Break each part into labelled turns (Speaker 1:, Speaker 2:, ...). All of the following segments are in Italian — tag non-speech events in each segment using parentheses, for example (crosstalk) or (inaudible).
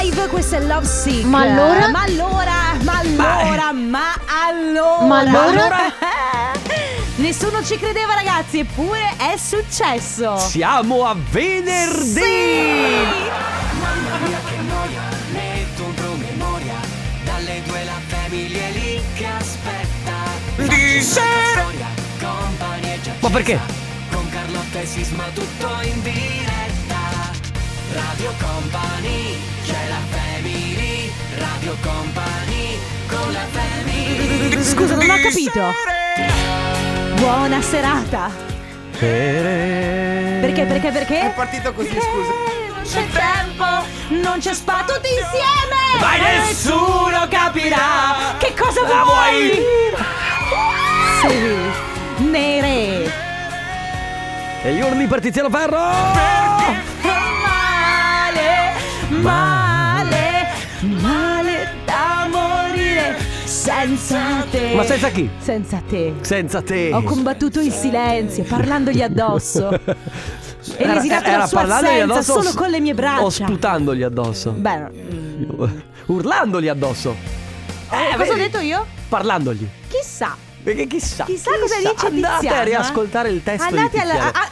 Speaker 1: live, questo è Love Sick.
Speaker 2: Ma allora?
Speaker 1: Ma allora, ma allora, ma allora.
Speaker 2: Ma allora?
Speaker 1: (laughs) Nessuno ci credeva ragazzi, eppure è successo.
Speaker 3: Siamo a venerdì!
Speaker 1: Sì!
Speaker 4: Mamma mia che noia, metto un promemoria Dalle due la famiglia è lì che aspetta
Speaker 3: Di sera!
Speaker 4: Storia, company è già
Speaker 3: Ma perché?
Speaker 4: accesa. Con Carlotta e Sisma tutto in diretta Radio Company, c'è la family Radio Company, con la family
Speaker 1: Scusa, non ho capito. Buona serata. Perché, perché, perché?
Speaker 5: È partito così, scusa.
Speaker 1: Eh, Non c'è tempo, non c'è spazio, tutti insieme.
Speaker 3: Vai,
Speaker 1: Eh,
Speaker 3: nessuno capirà
Speaker 1: Che cosa
Speaker 3: la
Speaker 1: vuoi?
Speaker 3: vuoi?
Speaker 1: Sì. Nere.
Speaker 3: E io non mi partiziano ferro!
Speaker 1: Male, male, male da morire senza te.
Speaker 3: Ma senza chi?
Speaker 1: Senza te.
Speaker 3: Senza te!
Speaker 1: Ho combattuto in silenzio,
Speaker 3: (laughs)
Speaker 1: parlandogli addosso. E
Speaker 3: Era-
Speaker 1: lesinato
Speaker 3: era
Speaker 1: la sua
Speaker 3: parlandogli
Speaker 1: assenza
Speaker 3: addosso o
Speaker 1: solo
Speaker 3: s- Eh,
Speaker 1: con le mie
Speaker 3: O
Speaker 1: braccia.
Speaker 3: sputandogli addosso.
Speaker 1: Beh,
Speaker 3: Urlandogli addosso.
Speaker 1: eh, cosa ho
Speaker 3: vedi?
Speaker 1: detto io?
Speaker 3: Parlandogli.
Speaker 1: Chissà.
Speaker 3: Perché chissà.
Speaker 1: Chissà cosa dice
Speaker 3: Andate
Speaker 1: Tiziana.
Speaker 3: a riascoltare il testo
Speaker 1: Andate
Speaker 3: di Tiziana.
Speaker 1: alla- a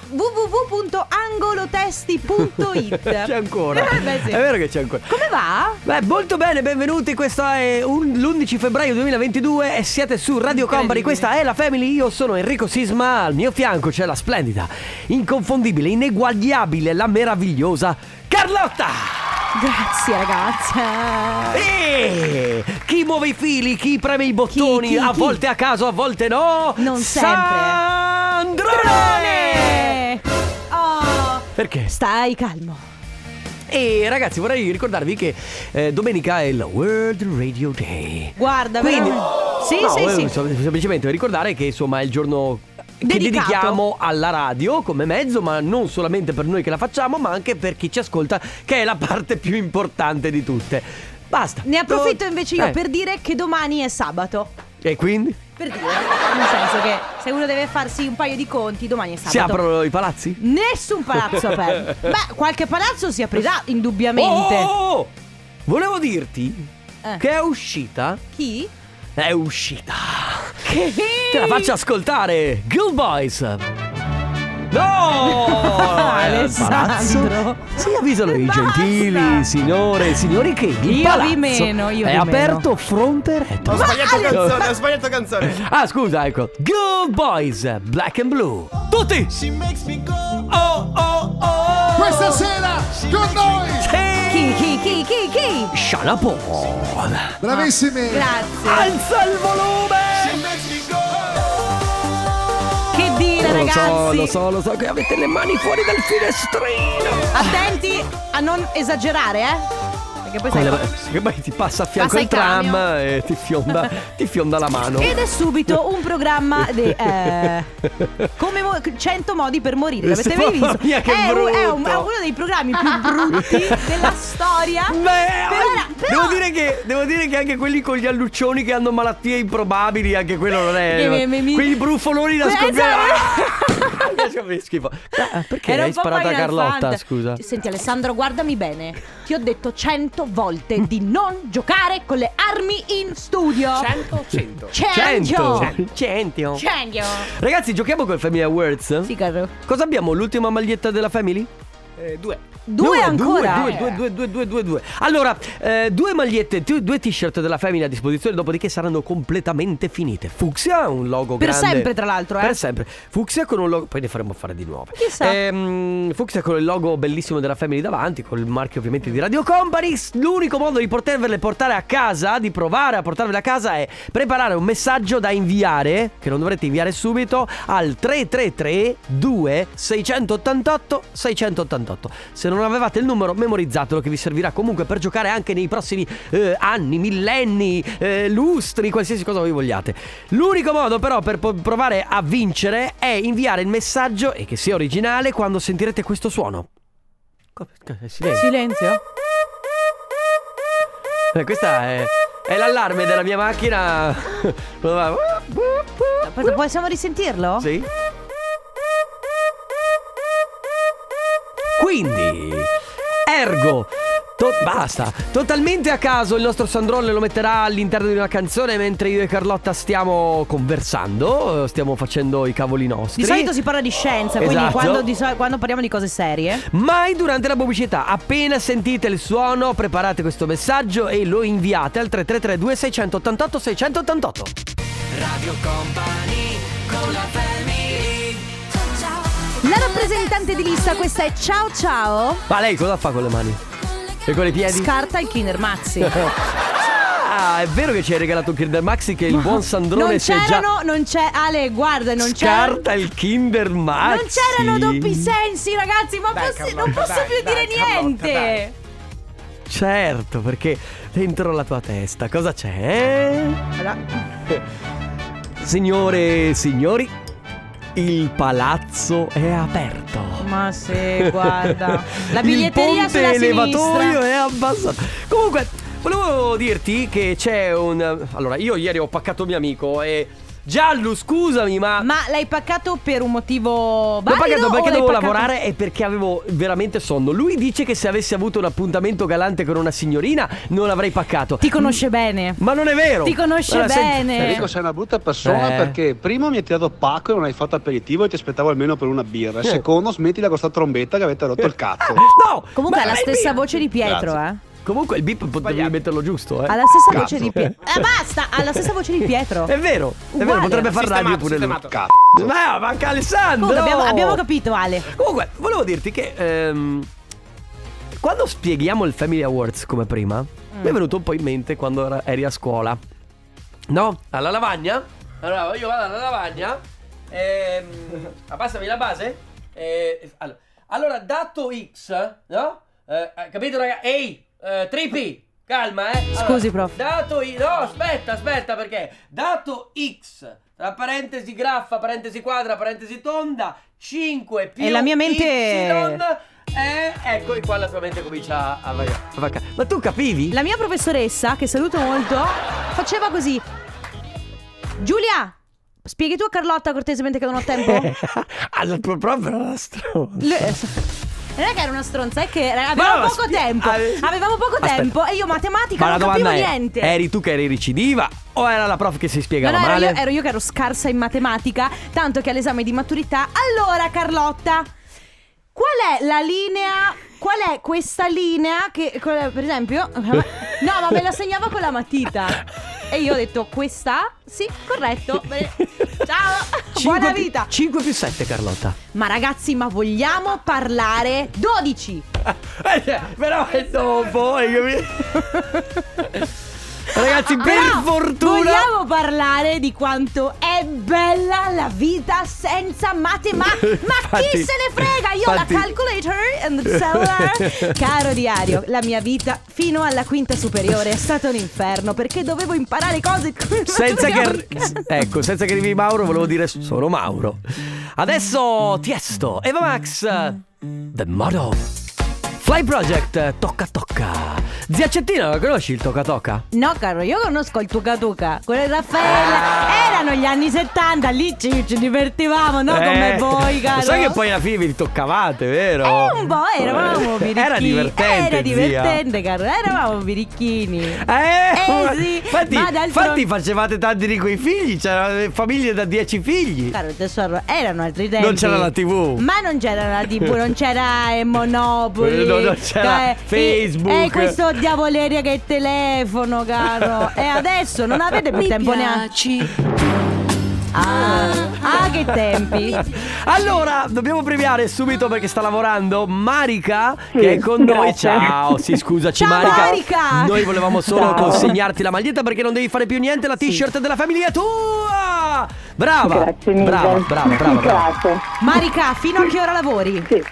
Speaker 1: www.angolotesti.it.
Speaker 3: (laughs) C'è ancora.
Speaker 1: Eh, beh, sì.
Speaker 3: È vero che c'è ancora.
Speaker 1: Come va?
Speaker 3: Beh, molto bene, benvenuti. Questa è un- l'11 febbraio 2022 e siete su Radio Company. Questa è la Family. Io sono Enrico Sisma. Al mio fianco c'è la splendida, inconfondibile, ineguagliabile, la meravigliosa Carlotta.
Speaker 1: Grazie ragazza.
Speaker 3: E Eh, chi muove i fili, chi preme i bottoni,
Speaker 1: chi,
Speaker 3: a
Speaker 1: chi?
Speaker 3: volte a caso, a volte no.
Speaker 1: Non sempre.
Speaker 3: Sandrone!
Speaker 1: Oh,
Speaker 3: Perché?
Speaker 1: stai calmo.
Speaker 3: E ragazzi vorrei ricordarvi che eh, domenica è il World Radio Day.
Speaker 1: Guarda,
Speaker 3: Quindi-
Speaker 1: veramente. Sì,
Speaker 3: No,
Speaker 1: sì,
Speaker 3: eh,
Speaker 1: sì.
Speaker 3: sem- Semplicemente ricordare che insomma è il giorno che
Speaker 1: Dedicato.
Speaker 3: dedichiamo alla radio come mezzo, ma non solamente per noi che la facciamo, ma anche per chi ci ascolta, che è la parte più importante di tutte. Basta.
Speaker 1: Ne approfitto invece io
Speaker 3: Eh,
Speaker 1: per dire che domani è sabato.
Speaker 3: E quindi
Speaker 1: Per dire, nel senso che se uno deve farsi un paio di conti, domani è sabato.
Speaker 3: si aprono i palazzi?
Speaker 1: Nessun palazzo
Speaker 3: (laughs)
Speaker 1: aperto. Beh, qualche palazzo si aprirà indubbiamente.
Speaker 3: Oh, oh, oh! Volevo dirti
Speaker 1: Eh.
Speaker 3: che è uscita.
Speaker 1: Chi?
Speaker 3: È uscita. Te la faccio ascoltare, Good Boys.
Speaker 1: (laughs)
Speaker 3: No!
Speaker 1: Alessandro.
Speaker 3: Palazzo. Sì, avvisano i
Speaker 1: Basta.
Speaker 3: gentili, signore e signori che il
Speaker 1: vi
Speaker 3: palazzo
Speaker 1: meno, io
Speaker 3: è
Speaker 1: vi
Speaker 3: aperto fronte retto.
Speaker 5: Ho sbagliato
Speaker 1: Ale-
Speaker 5: canzone, ho sbagliato
Speaker 1: (laughs)
Speaker 5: canzone.
Speaker 3: Ah, scusa, ecco. Good Boys, Black and Blue. Tutti! Oh, oh, oh!
Speaker 6: Questa sera con noi
Speaker 1: Chi, chi, chi, chi, chi?
Speaker 3: Shana Paul.
Speaker 6: Bravissimi
Speaker 1: Grazie.
Speaker 3: Alza il volume!
Speaker 1: Che dire,
Speaker 3: Lo so,
Speaker 1: ragazzi?
Speaker 3: lo so, lo so che avete le mani fuori dal finestrino.
Speaker 1: Attenti a non esagerare, eh? Perché poi sai.
Speaker 3: Quella- che poi ti passa a fianco
Speaker 2: Passa
Speaker 3: il
Speaker 2: il
Speaker 3: tram
Speaker 2: camion.
Speaker 3: e ti
Speaker 1: (laughs)
Speaker 3: fionda, ti fionda la mano.
Speaker 1: Ed è subito un programma di
Speaker 3: (laughs)
Speaker 1: eh, come mo- 100 modi per morire. L'avete mai visto?
Speaker 3: Mamma mia, che
Speaker 1: è, un- è un-
Speaker 3: brutto.
Speaker 1: è uno dei programmi più
Speaker 3: (laughs)
Speaker 1: brutti della storia.
Speaker 3: Beh, eh,
Speaker 1: Però- però-
Speaker 3: devo, dire che, devo dire che anche quelli con gli alluccioni che hanno malattie improbabili, anche quello non è.
Speaker 1: Mi- mi- mi-
Speaker 3: Quegli brufoloni da
Speaker 1: Eh,
Speaker 3: (laughs) scoprire. Mi schifo. Ah, Perché
Speaker 1: Era
Speaker 3: l'hai
Speaker 1: un po'
Speaker 3: sparata a
Speaker 1: Final
Speaker 3: Carlotta?
Speaker 1: Fantasy.
Speaker 3: Scusa.
Speaker 1: Senti Alessandro, guardami bene. Ti ho detto cento volte di non giocare con le armi in studio.
Speaker 5: 100 100.
Speaker 1: Cento.
Speaker 3: Cento.
Speaker 1: Cento.
Speaker 3: Rigazzi, giochiamo col Family Awards.
Speaker 1: Sì, caro.
Speaker 3: Cosa abbiamo? L'ultima maglietta della Family?
Speaker 5: Eh, due.
Speaker 1: Due, ancora.
Speaker 3: Due, due, due, due, due, due, due. Allora, eh, due magliette, tu- due t-shirt della femmina a disposizione, dopodiché saranno completamente finite. Fucsia, un logo
Speaker 1: Per
Speaker 3: grande.
Speaker 1: sempre, tra l'altro, eh.
Speaker 3: Per sempre. Fucsia con un logo, poi ne faremo fare di nuove.
Speaker 1: Chissà.
Speaker 3: Ehm, fucsia con il logo bellissimo della Family davanti, con il marchio ovviamente di Radio Company. L'unico modo di potervele portare a casa, di provare a portarvele a casa è preparare un messaggio da inviare, che non dovrete inviare subito, al 333 2688 688. Se non avevate il numero, memorizzatelo che vi servirà comunque per giocare anche nei prossimi eh, anni, millenni, eh, lustri, qualsiasi cosa voi vogliate. L'unico modo però per po- provare a vincere è inviare il messaggio e che sia originale quando sentirete questo suono. Co- co- è Silenzio.
Speaker 1: Silenzio.
Speaker 3: Eh, questa è, è l'allarme della mia macchina. (laughs)
Speaker 1: Poi- Possiamo risentirlo?
Speaker 3: Sì. Quindi, ergo, To- basta. Totalmente a caso il nostro Sandrone lo metterà all'interno di una canzone mentre io e Carlotta stiamo conversando, eh, stiamo facendo i cavoli nostri.
Speaker 1: Di solito si parla di scienza, quindi
Speaker 3: Esatto.
Speaker 1: quando, di so- quando parliamo di cose serie.
Speaker 3: Mai durante la pubblicità, appena sentite il suono, preparate questo messaggio e lo inviate al 3332 688 688.
Speaker 7: La rappresentante di lista, questa è Ciao Ciao.
Speaker 3: Ma lei cosa fa con le mani? E con i piedi?
Speaker 1: Scarta il
Speaker 3: (laughs)
Speaker 1: Kinder Mazzi.
Speaker 3: ah, è vero che ci hai regalato un Kinder Maxi che il buon Sandrone
Speaker 1: non
Speaker 3: si è già
Speaker 1: c'erano, non c'è. Ale, guarda, non c'era.
Speaker 3: scarta il Kinder Maxi.
Speaker 1: Non c'erano doppi sensi, ragazzi, ma
Speaker 8: Dai,
Speaker 1: possi-
Speaker 8: Carlotta,
Speaker 1: non posso
Speaker 8: dai,
Speaker 1: più
Speaker 8: dai,
Speaker 1: dire
Speaker 8: Carlotta,
Speaker 1: niente.
Speaker 8: dai.
Speaker 3: Certo, perché dentro la tua testa cosa c'è? Signore e signori, il palazzo è aperto.
Speaker 1: Ma
Speaker 3: (laughs)
Speaker 1: se guarda. La
Speaker 3: Il
Speaker 1: biglietteria
Speaker 3: ponte
Speaker 1: sulla
Speaker 3: elevatorio
Speaker 1: sinistra.
Speaker 3: è abbassato. Comunque, volevo dirti che c'è un. Allora, io ieri ho paccato mio amico e. Giallo, scusami, ma.
Speaker 1: Ma l'hai paccato per un motivo
Speaker 3: L'ho
Speaker 1: valido
Speaker 3: pagato
Speaker 1: o
Speaker 3: perché
Speaker 1: l'hai
Speaker 3: dovevo
Speaker 1: paccato-
Speaker 3: lavorare e perché avevo veramente sonno. Lui dice che se avessi avuto un appuntamento galante con una signorina non l'avrei paccato.
Speaker 1: Ti conosce bene.
Speaker 3: Ma non è vero!
Speaker 1: Ti conosce
Speaker 3: Allora, senti-
Speaker 5: Eh.
Speaker 1: bene.
Speaker 9: Enrico sei una brutta persona
Speaker 3: Eh.
Speaker 9: perché primo mi hai tirato pacco e non hai fatto aperitivo e ti aspettavo almeno per una birra. E Secondo smettila con sta trombetta che avete rotto il cazzo.
Speaker 5: Ah.
Speaker 3: No!
Speaker 1: Comunque
Speaker 3: ma
Speaker 1: ha la
Speaker 3: lei
Speaker 1: stessa
Speaker 3: mi-
Speaker 1: voce di Pietro,
Speaker 9: Grazie.
Speaker 1: eh.
Speaker 3: Comunque il beep potevi metterlo giusto, eh.
Speaker 1: Ha la stessa
Speaker 9: Cazzo.
Speaker 1: voce di Pietro. Eh, basta, ha la stessa voce di Pietro.
Speaker 3: È vero, è vero,
Speaker 1: Uguale.
Speaker 3: potrebbe far radio
Speaker 8: Sistemato,
Speaker 3: pure lui.
Speaker 8: sistemato.
Speaker 9: Cazzo.
Speaker 3: Ma manca Alessandro!
Speaker 1: Comunque abbiamo, abbiamo capito, Ale.
Speaker 3: Comunque, volevo dirti che ehm, quando spieghiamo il Family Awards come prima, mi
Speaker 1: Mm.
Speaker 3: è venuto un po' in mente quando era- eri a scuola. No? Alla lavagna? Allora, io vado alla lavagna.
Speaker 1: (laughs)
Speaker 3: Ehm, ah, passami la base. Eh, allora, allora, dato X, no? Eh, eh, capito, raga? Ehi, eh, Tripi, calma, eh. Allora,
Speaker 1: Scusi, prof.
Speaker 3: Dato I... No, aspetta, aspetta, perché? Dato X, tra parentesi graffa, parentesi quadra, parentesi tonda, 5 più
Speaker 1: E la mia mente-
Speaker 3: Y è... Ecco, e qua la sua mente comincia a... vaga- a vaga- Ma tu capivi?
Speaker 1: La mia professoressa, che saluto molto, faceva così. Giulia, spieghi tu a Carlotta cortesemente che non
Speaker 3: (laughs)
Speaker 1: ho tempo?
Speaker 3: allora, proprio era una stronza.
Speaker 1: Lui- eh, Non è che era una stronza, è che eh,
Speaker 3: Ma
Speaker 1: avevamo
Speaker 3: no,
Speaker 1: poco
Speaker 3: spie-
Speaker 1: tempo.
Speaker 3: ave-
Speaker 1: Avevamo poco
Speaker 3: Aspetta.
Speaker 1: tempo e io matematica
Speaker 3: Ma la
Speaker 1: non capivo
Speaker 3: domanda è,
Speaker 1: niente.
Speaker 3: eri tu che eri recidiva o era la prof che si
Speaker 1: No,
Speaker 3: spiegava
Speaker 1: no, ero
Speaker 3: male?
Speaker 1: io, ero io che ero scarsa in matematica, tanto che all'esame di maturità. Allora, Carlotta, qual è la linea? Qual è questa linea che, qual-
Speaker 3: (laughs)
Speaker 1: per esempio, no, ma me la segnava con la matita. E io ho detto questa? Sì, corretto. Bene. Ciao, buona vita.
Speaker 3: 5 più 7 Carlotta
Speaker 1: Ma ragazzi, ma vogliamo parlare 12?
Speaker 3: Eh, cioè, Però è dopo hai capito?
Speaker 1: (laughs)
Speaker 3: Ragazzi per
Speaker 1: Però
Speaker 3: fortuna
Speaker 1: Ah, Vogliamo parlare di quanto è bella la vita senza
Speaker 3: (laughs)
Speaker 1: matematica. Ma chi
Speaker 3: Infatti-
Speaker 1: se ne frega? Io ho la
Speaker 3: infatti-
Speaker 1: calculator and
Speaker 3: (laughs)
Speaker 1: the cellular. Caro diario, la mia vita fino alla quinta superiore è stato un inferno perché dovevo imparare cose
Speaker 3: Senza che arri- Ecco senza che arrivi Mauro volevo dire sono Mauro Adesso Tiesto Eva Max The Motto Fly Project Tocca Tocca Zia Cettina lo conosci il Tocca Tocca?
Speaker 1: No, caro, io conosco il Tuca Tuca con il
Speaker 3: Ah.
Speaker 1: Raffaella. Erano gli anni 70, lì ci, ci divertivamo, no? Come
Speaker 3: Eh,
Speaker 1: voi, caro.
Speaker 3: lo Sai che poi alla fine vi toccavate, vero?
Speaker 1: Eh, un po', eravamo birichini.
Speaker 3: Oh, Era divertente.
Speaker 1: Era
Speaker 3: zia.
Speaker 1: divertente, caro. Eravamo birichini.
Speaker 3: Eh, ma-
Speaker 1: sì,
Speaker 3: infatti,
Speaker 1: ma d'altro-
Speaker 3: infatti facevate tanti di quei figli, c'erano le famiglie da 10 figli.
Speaker 1: Caro tesoro, erano altri tempi.
Speaker 3: Non c'era la TV.
Speaker 1: Ma non c'era la TV, non c'era eh, Monopoli.
Speaker 3: Eh, no, non c'era
Speaker 1: eh,
Speaker 3: Facebook.
Speaker 1: E questo diavoleria che è il telefono, caro. e adesso non avete più tempo neanche. Ah, ah, che tempi.
Speaker 3: Allora, dobbiamo premiare subito perché sta lavorando Marica che è con noi. Ciao, si scusaci
Speaker 1: Ciao,
Speaker 3: Marica.
Speaker 1: Marica.
Speaker 3: Noi volevamo solo consegnarti la maglietta perché non devi fare più niente, la t-shirt della famiglia tua. Brava.
Speaker 10: Grazie mille.
Speaker 3: Brava, brava, brava. brava.
Speaker 10: Grazie.
Speaker 1: Marica, fino a che ora lavori?
Speaker 10: Sì,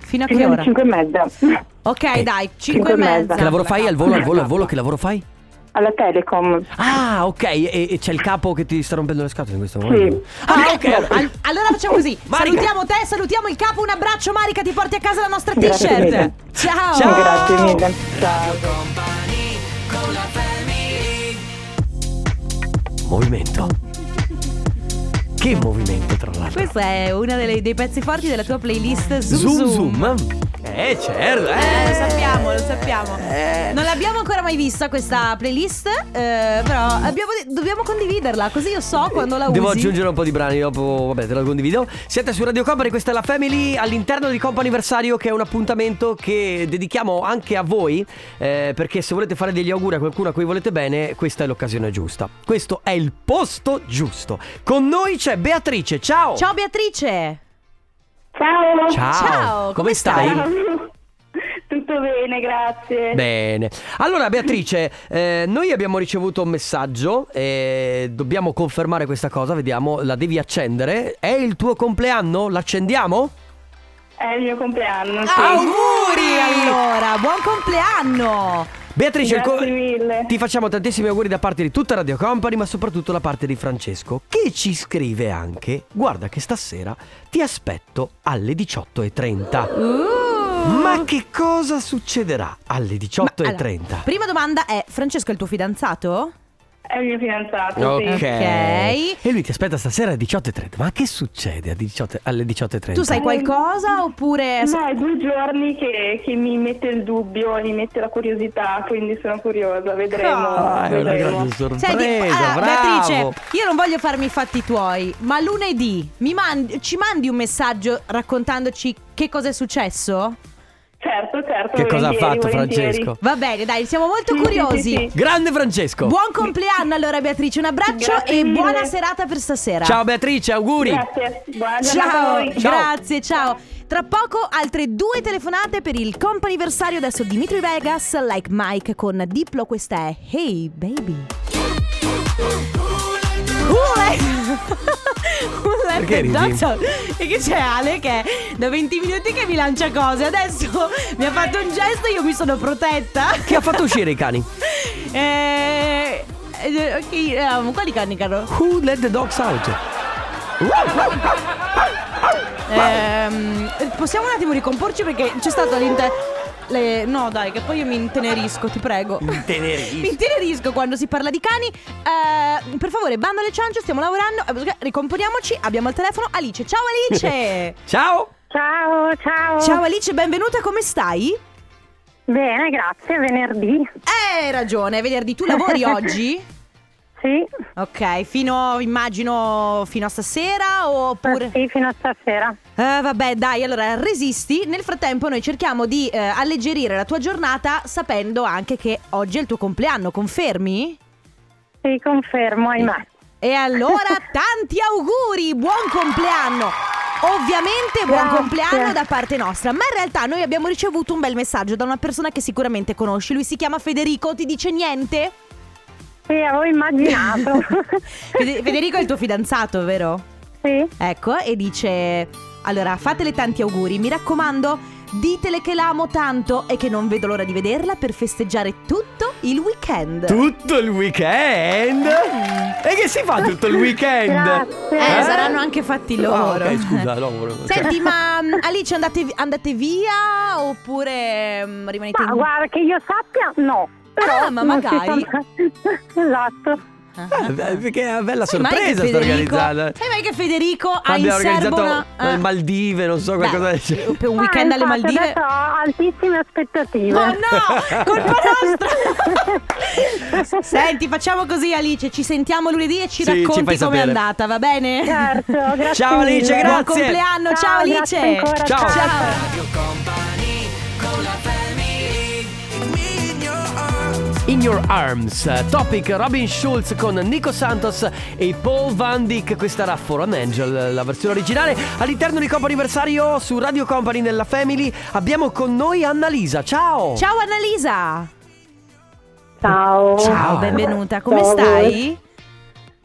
Speaker 1: Fino a che
Speaker 10: fino
Speaker 1: ora?
Speaker 10: alle 5 e mezza. (laughs)
Speaker 1: Ok, dai, 5
Speaker 10: Cinque
Speaker 1: e
Speaker 10: e mezza.
Speaker 1: mezza.
Speaker 3: Che lavoro fai al volo,
Speaker 1: (laughs)
Speaker 3: al volo, al volo? Che lavoro fai?
Speaker 10: Alla Telecom.
Speaker 3: Ah, ok. E, e c'è il capo che ti sta rompendo le scatole in questo momento.
Speaker 10: Sì.
Speaker 3: Ah,
Speaker 1: Ah,
Speaker 3: ok.
Speaker 1: ecco,
Speaker 3: allora-
Speaker 1: al- allora facciamo così.
Speaker 3: Marica.
Speaker 1: Salutiamo te, salutiamo il capo, un abbraccio Marica, ti porti a casa la nostra
Speaker 10: Grazie
Speaker 1: t-shirt.
Speaker 10: mille.
Speaker 1: Ciao.
Speaker 3: Ciao.
Speaker 10: Grazie mille. Ciao.
Speaker 3: Movimento. Che movimento, tra l'altro.
Speaker 1: Questo è uno dei, dei pezzi forti della tua playlist Zoom
Speaker 3: Zoom
Speaker 1: Zoom.
Speaker 3: zoom. Eh, certo.
Speaker 1: Eh, lo
Speaker 3: Eh.
Speaker 1: sappiamo, lo sappiamo. Non l'abbiamo ancora mai vista questa playlist, eh, però abbiamo de- dobbiamo condividerla, così io so quando la
Speaker 3: Devo
Speaker 1: usi.
Speaker 3: aggiungere un po' di brani dopo, vabbè, te lo condivido. Siete su Radio Company, questa è la Family all'interno di Comp Anniversario che è un appuntamento che dedichiamo anche a voi eh, perché se volete fare degli auguri a qualcuno a cui volete bene, questa è l'occasione giusta. Questo è il posto giusto. Con noi c'è Beatrice. Ciao.
Speaker 1: Ciao Beatrice.
Speaker 10: Ciao.
Speaker 3: Ciao.
Speaker 1: Ciao,
Speaker 3: Come,
Speaker 1: come
Speaker 3: stai?
Speaker 10: (laughs) Tutto bene, grazie.
Speaker 3: Bene. Allora, Beatrice, eh, noi abbiamo ricevuto un messaggio e dobbiamo confermare questa cosa, vediamo, la devi accendere. È il tuo compleanno? L'accendiamo?
Speaker 10: È il mio compleanno. sì.
Speaker 3: Auguri!
Speaker 1: Allora, buon compleanno.
Speaker 3: Beatrice, il
Speaker 10: Grazie mille.
Speaker 3: ti facciamo tantissimi auguri da parte di tutta Radio Company, ma soprattutto da parte di Francesco, che ci scrive anche, guarda che stasera ti aspetto alle 18.30. Ma che cosa succederà alle
Speaker 1: Ma,
Speaker 3: 18.30?
Speaker 1: allora, prima domanda è Francesco è il tuo fidanzato?
Speaker 10: È il mio fidanzato.
Speaker 3: Ok.
Speaker 10: Sì.
Speaker 1: Ok.
Speaker 3: E lui ti aspetta stasera alle 18.30. Ma che succede a 18 alle 18.30?
Speaker 1: Tu sai qualcosa oppure
Speaker 10: No, è Eh, due giorni che, che mi mette il dubbio e mi mette la curiosità, quindi sono curiosa, vedremo.
Speaker 3: Ah, è una
Speaker 10: vedremo.
Speaker 3: grande sorpresa.
Speaker 1: Senti, allora,
Speaker 3: bravo.
Speaker 1: Beatrice, io non voglio farmi i fatti tuoi, ma lunedì mi mandi- ci mandi un messaggio raccontandoci che cosa è successo?
Speaker 10: Certo, certo.
Speaker 3: Che cosa ha
Speaker 10: volentieri,
Speaker 3: fatto
Speaker 10: volentieri.
Speaker 3: Francesco?
Speaker 1: Va bene, dai, siamo molto
Speaker 10: Sì, sì,
Speaker 1: curiosi.
Speaker 10: sì, sì.
Speaker 3: Grande Francesco.
Speaker 1: Buon compleanno allora Beatrice, un abbraccio
Speaker 10: Grazie
Speaker 1: e
Speaker 10: mille.
Speaker 1: buona serata per stasera.
Speaker 3: Ciao Beatrice, auguri.
Speaker 10: Grazie. Buona giornata a
Speaker 1: Ciao,
Speaker 10: voi.
Speaker 3: Ciao.
Speaker 1: grazie, ciao. Tra poco altre due telefonate per il comp'anniversario adesso Dimitri Vegas, like Mike con Diplo, questa è Hey Baby.
Speaker 3: (laughs) Perché ridi?
Speaker 1: E che c'è Ale che da 20 minuti che mi lancia cose, adesso mi ha fatto un gesto io mi sono protetta.
Speaker 3: Chi ha fatto uscire i cani?
Speaker 1: (laughs) Eh, eh, ok, ehm, quali cani caro?
Speaker 3: Who let the dogs out?
Speaker 1: Ehm, possiamo un attimo ricomporci perché c'è stato all'interno. No, dai, che poi io mi intenerisco, ti prego.
Speaker 3: Intenerisco.
Speaker 1: (laughs) mi intenerisco quando si parla di cani. Eh, per favore, bando alle ciance, stiamo lavorando. Eh, Ricomponiamoci. Abbiamo al telefono Alice. Ciao
Speaker 3: (laughs)
Speaker 1: Alice!
Speaker 3: Ciao.
Speaker 11: Ciao, ciao.
Speaker 1: Ciao Alice, benvenuta, come stai?
Speaker 11: Bene, grazie. Venerdì.
Speaker 1: Eh, hai ragione, è venerdì.
Speaker 11: (laughs)
Speaker 1: Tu lavori oggi?
Speaker 11: Sì,
Speaker 1: Ok, fino, immagino, fino a stasera oppure...
Speaker 11: Ah, sì, fino a stasera.
Speaker 1: Eh, vabbè, dai, allora resisti. Nel frattempo, noi cerchiamo di eh, alleggerire la tua giornata sapendo anche che oggi è il tuo compleanno, confermi?
Speaker 11: Sì, confermo, ahimè. (laughs)
Speaker 1: E allora, tanti auguri! Buon compleanno! Ovviamente buon
Speaker 11: Grazie.
Speaker 1: compleanno da parte nostra, ma in realtà noi abbiamo ricevuto un bel messaggio da una persona che sicuramente conosci, lui si chiama Federico, ti dice niente?
Speaker 11: Sì, avevo immaginato.
Speaker 1: (laughs) Fede- Federico è il tuo fidanzato, vero?
Speaker 11: sì,
Speaker 1: Ecco, e dice: Allora, fatele tanti auguri, mi raccomando. Ditele che la amo tanto e che non vedo l'ora di vederla per festeggiare tutto il weekend.
Speaker 3: Tutto il weekend? E che si fa tutto il weekend?
Speaker 11: Grazie.
Speaker 1: eh,
Speaker 11: Eh?
Speaker 1: saranno anche fatti loro.
Speaker 3: Ah, ok, scusa, Cioè, no, volevo-
Speaker 1: Senti, ma mm, Alice andate, andate via oppure mm, rimanete
Speaker 11: ma
Speaker 1: in...
Speaker 11: guarda che io sappia, no. Però
Speaker 1: Ah, ma
Speaker 11: non si
Speaker 1: magari.
Speaker 11: sono- (laughs) esatto.
Speaker 3: Eh, beh, Che è una bella
Speaker 1: Ah. Sai mai che
Speaker 3: sorpresa sta
Speaker 1: Federico-
Speaker 3: organizzata.
Speaker 1: Sai mai che Federico ha in
Speaker 3: Abbiamo organizzato
Speaker 1: serbo una...
Speaker 3: le
Speaker 1: ah.
Speaker 3: Maldive, non so qualcosa
Speaker 1: Beh,
Speaker 3: del genere.
Speaker 1: Per un weekend
Speaker 11: Ah,
Speaker 1: alle
Speaker 11: infatti,
Speaker 1: Maldive...
Speaker 11: Adesso ho altissime
Speaker 10: (laughs)
Speaker 11: aspettative.
Speaker 1: Oh no, colpa nostra. Senti, facciamo così Alice, ci sentiamo lunedì e ci
Speaker 3: Sì, ci
Speaker 1: racconti
Speaker 3: fai
Speaker 1: com'è
Speaker 3: sapere.
Speaker 1: andata, va bene? (laughs)
Speaker 11: Certo, grazie
Speaker 3: Ciao,
Speaker 11: mille.
Speaker 3: Alice, grazie.
Speaker 1: Buon compleanno, ciao, Alice.
Speaker 11: grazie ancora,
Speaker 3: Ciao.
Speaker 11: ciao.
Speaker 1: Ciao.
Speaker 3: In Your Arms, topic Robin Schulz con Nico Santos e Paul Van Dyck, questa era For an Angel, la versione originale. All'interno di Comp Anniversario su Radio Company nella Family abbiamo con noi Annalisa, ciao!
Speaker 1: Ciao Annalisa.
Speaker 10: Ciao.
Speaker 3: Ciao.
Speaker 1: benvenuta. Come
Speaker 10: Ciao a
Speaker 1: stai?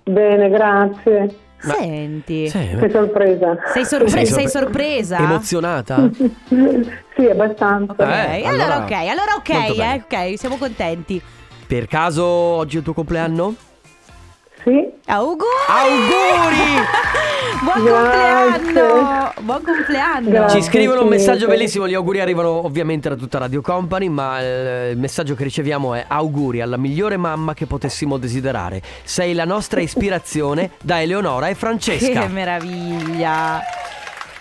Speaker 10: Bene, grazie.
Speaker 1: Senti.
Speaker 3: Sì,
Speaker 10: Che sorpresa.
Speaker 1: Sei, sorpre-
Speaker 3: Sei
Speaker 1: sei,
Speaker 3: sorpre-
Speaker 1: sorpresa?
Speaker 3: Emozionata?
Speaker 10: sì, abbastanza.
Speaker 1: Ok,
Speaker 3: Eh, allora-
Speaker 1: allora, ok, allora ok,
Speaker 3: Molto
Speaker 1: eh,
Speaker 3: bene.
Speaker 1: ok, siamo contenti.
Speaker 3: Per caso oggi è il tuo compleanno?
Speaker 10: Sì.
Speaker 1: Auguri!
Speaker 3: Auguri!
Speaker 1: Buon
Speaker 10: Grazie.
Speaker 1: compleanno! Buon compleanno!
Speaker 10: Grazie.
Speaker 3: Ci scrivono un messaggio
Speaker 10: Sì.
Speaker 3: bellissimo, gli auguri arrivano ovviamente da tutta Radio Company, ma eh, il messaggio che riceviamo è auguri alla migliore mamma che potessimo desiderare. Sei la nostra ispirazione da Eleonora e
Speaker 1: Che
Speaker 3: Francesca.
Speaker 1: meraviglia!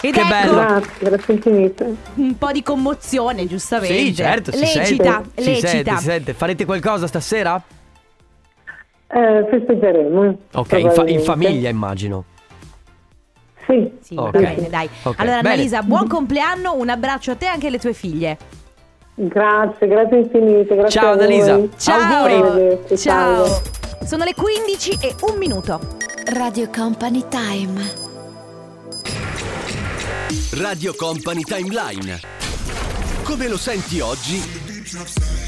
Speaker 1: Ed
Speaker 3: Che
Speaker 1: ecco
Speaker 3: bello.
Speaker 11: Grazie, grazie infinite.
Speaker 1: un po' di commozione, giustamente.
Speaker 3: Sì, certo, si
Speaker 1: Lecita,
Speaker 3: sente. Si
Speaker 1: lecita.
Speaker 3: sente, si sente. Farete qualcosa stasera?
Speaker 11: Eh, festeggeremo.
Speaker 3: Ok, in, fa- in
Speaker 11: probabilmente.
Speaker 3: famiglia immagino.
Speaker 11: Sì.
Speaker 1: Sì,
Speaker 3: Ok.
Speaker 1: va bene, dai.
Speaker 3: Ok,
Speaker 1: Allora,
Speaker 3: bene. Mm-hmm.
Speaker 1: Annalisa, buon compleanno, un abbraccio a te e anche alle tue figlie.
Speaker 11: Grazie, grazie infinite. Grazie
Speaker 3: Ciao,
Speaker 11: a voi.
Speaker 3: Annalisa.
Speaker 1: Ciao!
Speaker 11: Arrivederci,
Speaker 1: Ciao!
Speaker 11: salve.
Speaker 1: Sono le 15 e un minuto.
Speaker 12: Radio Company Time.
Speaker 4: Radio Company Timeline. Come lo senti oggi?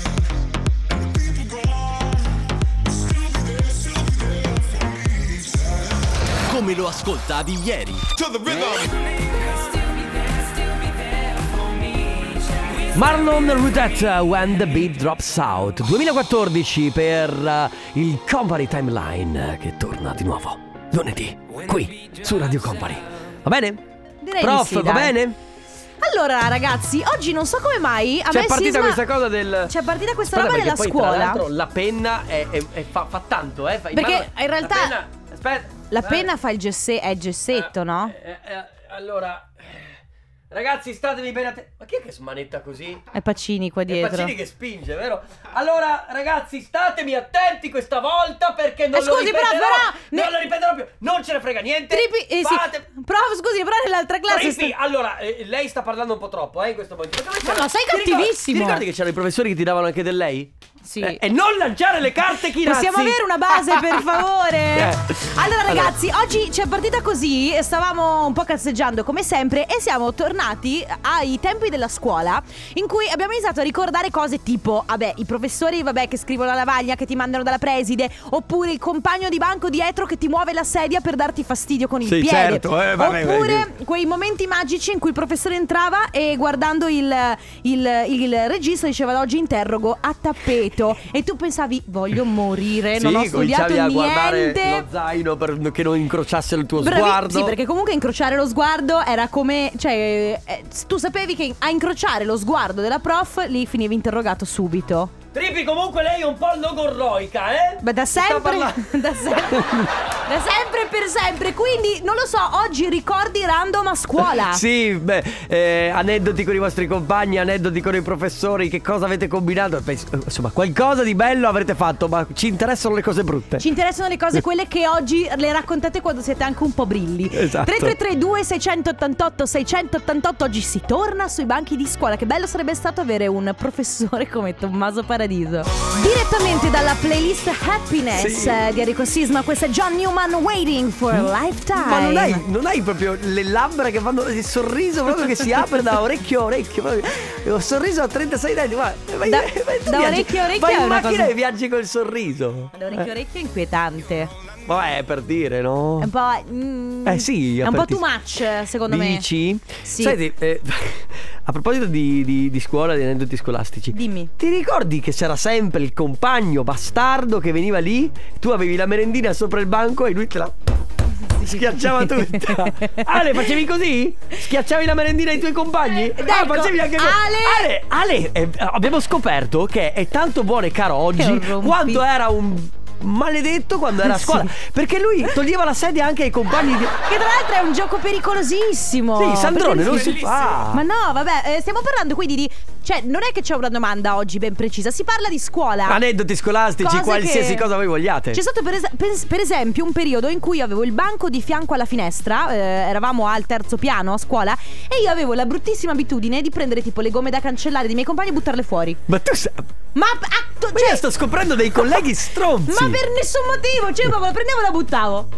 Speaker 4: Come lo ascoltavi ieri?
Speaker 3: Marlon Rudet, When the Beat Drops Out 2014 per eh, il Company Timeline eh, che torna di nuovo lunedì qui su Radio Company. Va bene?
Speaker 1: Direi di
Speaker 3: Prof,
Speaker 1: sì,
Speaker 3: va
Speaker 1: dai.
Speaker 3: bene?
Speaker 1: Allora, ragazzi, oggi non so come mai a
Speaker 3: C'è
Speaker 1: me
Speaker 3: partita
Speaker 1: Sisma-
Speaker 3: questa cosa del
Speaker 1: C'è partita questa
Speaker 3: Aspetta,
Speaker 1: roba della
Speaker 3: perché poi, Tra
Speaker 1: scuola.
Speaker 3: l'altro la penna è, è- è- fa, fa tanto, eh. fa-
Speaker 1: Perché
Speaker 3: Emanuele,
Speaker 1: in realtà-
Speaker 3: La penna, aspetta,
Speaker 1: La
Speaker 3: aspetta.
Speaker 1: penna fa il gesse- è il gessetto, no?
Speaker 3: Eh, eh, eh, allora, eh, ragazzi, statevi bene attenti. Ma chi è che smanetta così?
Speaker 1: È Pacini qua
Speaker 3: È
Speaker 1: dietro.
Speaker 3: Pacini che spinge, vero? Allora, ragazzi, statemi attenti questa volta perché non
Speaker 1: Eh,
Speaker 3: lo
Speaker 1: scusi,
Speaker 3: ripeterò.
Speaker 1: prof, però ne-
Speaker 3: Non lo ripeterò più. Non ce ne frega niente.
Speaker 1: Tripi- eh, sì.
Speaker 3: Fate-
Speaker 1: Prof, scusi, però nell'altra classe
Speaker 3: Trippi,
Speaker 1: sta-
Speaker 3: allora, eh, lei sta parlando un po' troppo, eh, in questo momento. Perché
Speaker 1: Ma
Speaker 3: c'era-
Speaker 1: no, sei
Speaker 3: ti ricordi-
Speaker 1: cattivissimo.
Speaker 3: Ti ricordi che c'erano i professori che ti davano anche del lei?
Speaker 1: Sì.
Speaker 3: Eh, e non lanciare le carte, chi
Speaker 1: Possiamo avere una base,
Speaker 3: (laughs)
Speaker 1: per favore?
Speaker 3: Eh.
Speaker 1: Allora, ragazzi, oggi c'è partita così. e Stavamo un po' cazzeggiando come sempre e siamo tornati ai tempi della scuola in cui abbiamo iniziato a ricordare cose tipo, vabbè, i professori, vabbè, che scrivono la lavagna, che ti mandano dalla preside, oppure il compagno di banco dietro che ti muove la sedia per darti fastidio con il
Speaker 3: Sì,
Speaker 1: piede.
Speaker 3: certo, eh, vabbè,
Speaker 1: oppure quei momenti magici in cui il professore entrava e guardando il, il- il regista diceva oggi interrogo a tappeto e tu pensavi voglio morire, non ho studiato
Speaker 3: cominciavi a guardare
Speaker 1: niente.
Speaker 3: lo zaino per che non incrociasse il tuo
Speaker 1: Bravi-
Speaker 3: sguardo.
Speaker 1: Sì, perché comunque incrociare lo sguardo era come. Cioè, eh, tu sapevi che a incrociare lo sguardo della prof lì finivi interrogato subito.
Speaker 3: Trippi, comunque lei è un po' logorroica, eh?
Speaker 1: Beh, da
Speaker 3: Sta
Speaker 1: sempre, da
Speaker 3: parla-
Speaker 1: sempre, (laughs) da sempre e per sempre. Quindi, non lo so, oggi ricordi random a scuola.
Speaker 3: Sì, beh, eh, aneddoti con i vostri compagni, aneddoti con i professori, che cosa avete combinato? Beh, Insomma, qualcosa di bello avrete fatto, ma ci interessano le cose brutte.
Speaker 1: Ci interessano le cose quelle che oggi le raccontate quando siete anche un po' brilli.
Speaker 3: Esatto.
Speaker 1: 3332 688 688 oggi si torna sui banchi di scuola. Che bello sarebbe stato avere un professore come Tommaso Paradiso. Direttamente dalla playlist Happiness
Speaker 3: Sì.
Speaker 1: eh, di Enrico Sisma, questa è John Newman Waiting for a Lifetime.
Speaker 3: Ma non hai, non hai proprio le labbra che fanno il sorriso proprio che si apre da orecchio a orecchio. Proprio. eh, Un sorriso a 36 denti. Ma, vai-
Speaker 1: Da-
Speaker 3: vai- tu
Speaker 1: da
Speaker 3: viaggi-
Speaker 1: orecchio a orecchio
Speaker 3: Vai
Speaker 1: è
Speaker 3: in
Speaker 1: una
Speaker 3: macchina
Speaker 1: cosa-
Speaker 3: e viaggi col sorriso.
Speaker 1: L'orecchio orecchio è inquietante.
Speaker 3: Vabbè, per dire, no?
Speaker 1: È un po'. mm,
Speaker 3: Eh sì,
Speaker 1: È un po'
Speaker 3: aperti-
Speaker 1: too much, secondo me.
Speaker 3: Dici?
Speaker 1: Sì.
Speaker 3: Senti, eh, (laughs) a proposito di, di- di scuola, di aneddoti scolastici.
Speaker 1: Dimmi.
Speaker 3: Ti ricordi che c'era sempre il compagno bastardo che veniva lì? Tu avevi la merendina sopra il banco e lui te
Speaker 1: (laughs)
Speaker 3: la. Schiacciava tutta. Ale, facevi così? Schiacciavi la merendina ai tuoi compagni?
Speaker 1: Ed
Speaker 3: Ah,
Speaker 1: ecco,
Speaker 3: facevi anche così.
Speaker 1: Ale-
Speaker 3: Ale, Ale, eh, abbiamo scoperto che è tanto buono e caro
Speaker 1: Che
Speaker 3: oggi
Speaker 1: rompi-
Speaker 3: quanto era un maledetto quando
Speaker 1: (laughs)
Speaker 3: era a scuola. Perché lui toglieva la sedia anche ai compagni di.
Speaker 1: Che tra l'altro è un gioco pericolosissimo.
Speaker 3: Sì, Sandrone
Speaker 1: Perché-
Speaker 3: non si fa.
Speaker 1: Ma no, vabbè, eh, stiamo parlando quindi di. Cioè, non è che c'è una domanda oggi ben precisa, si parla di scuola.
Speaker 3: Aneddoti scolastici,
Speaker 1: Cose
Speaker 3: qualsiasi
Speaker 1: che-
Speaker 3: cosa voi vogliate.
Speaker 1: C'è stato per, es- per- per esempio un periodo in cui avevo il banco di fianco alla finestra, eh, eravamo al terzo piano a scuola e io avevo la bruttissima abitudine di prendere tipo le gomme da cancellare dei miei compagni e buttarle fuori.
Speaker 3: Ma tu sai.
Speaker 1: Ma, ah, to-
Speaker 3: Ma
Speaker 1: cioè-
Speaker 3: io sto scoprendo dei colleghi stronzi.
Speaker 1: Ma per nessun motivo, cioè proprio la prendevo e la buttavo.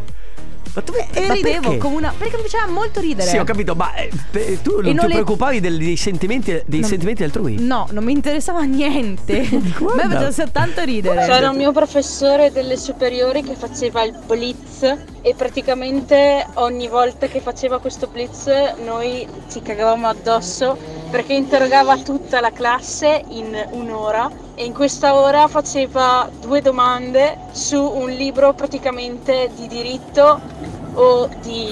Speaker 3: Ma tu-
Speaker 1: E
Speaker 3: Eh, ma
Speaker 1: eh, ridevo
Speaker 3: perché?
Speaker 1: come una... Perché mi faceva molto ridere.
Speaker 3: Sì, ho capito, ma eh, pe- tu non
Speaker 1: non
Speaker 3: ti
Speaker 1: le-
Speaker 3: preoccupavi del- dei sentimenti, dei sentimenti altrui?
Speaker 1: No, non mi interessava niente.
Speaker 3: (laughs)
Speaker 1: A
Speaker 3: Guarda.
Speaker 1: me faceva soltanto ridere.
Speaker 13: C'era un mio professore delle superiori che faceva il blitz e praticamente ogni volta che faceva questo blitz noi ci cagavamo addosso perché interrogava tutta la classe in un'ora e in questa ora faceva due domande su un libro praticamente di diritto o di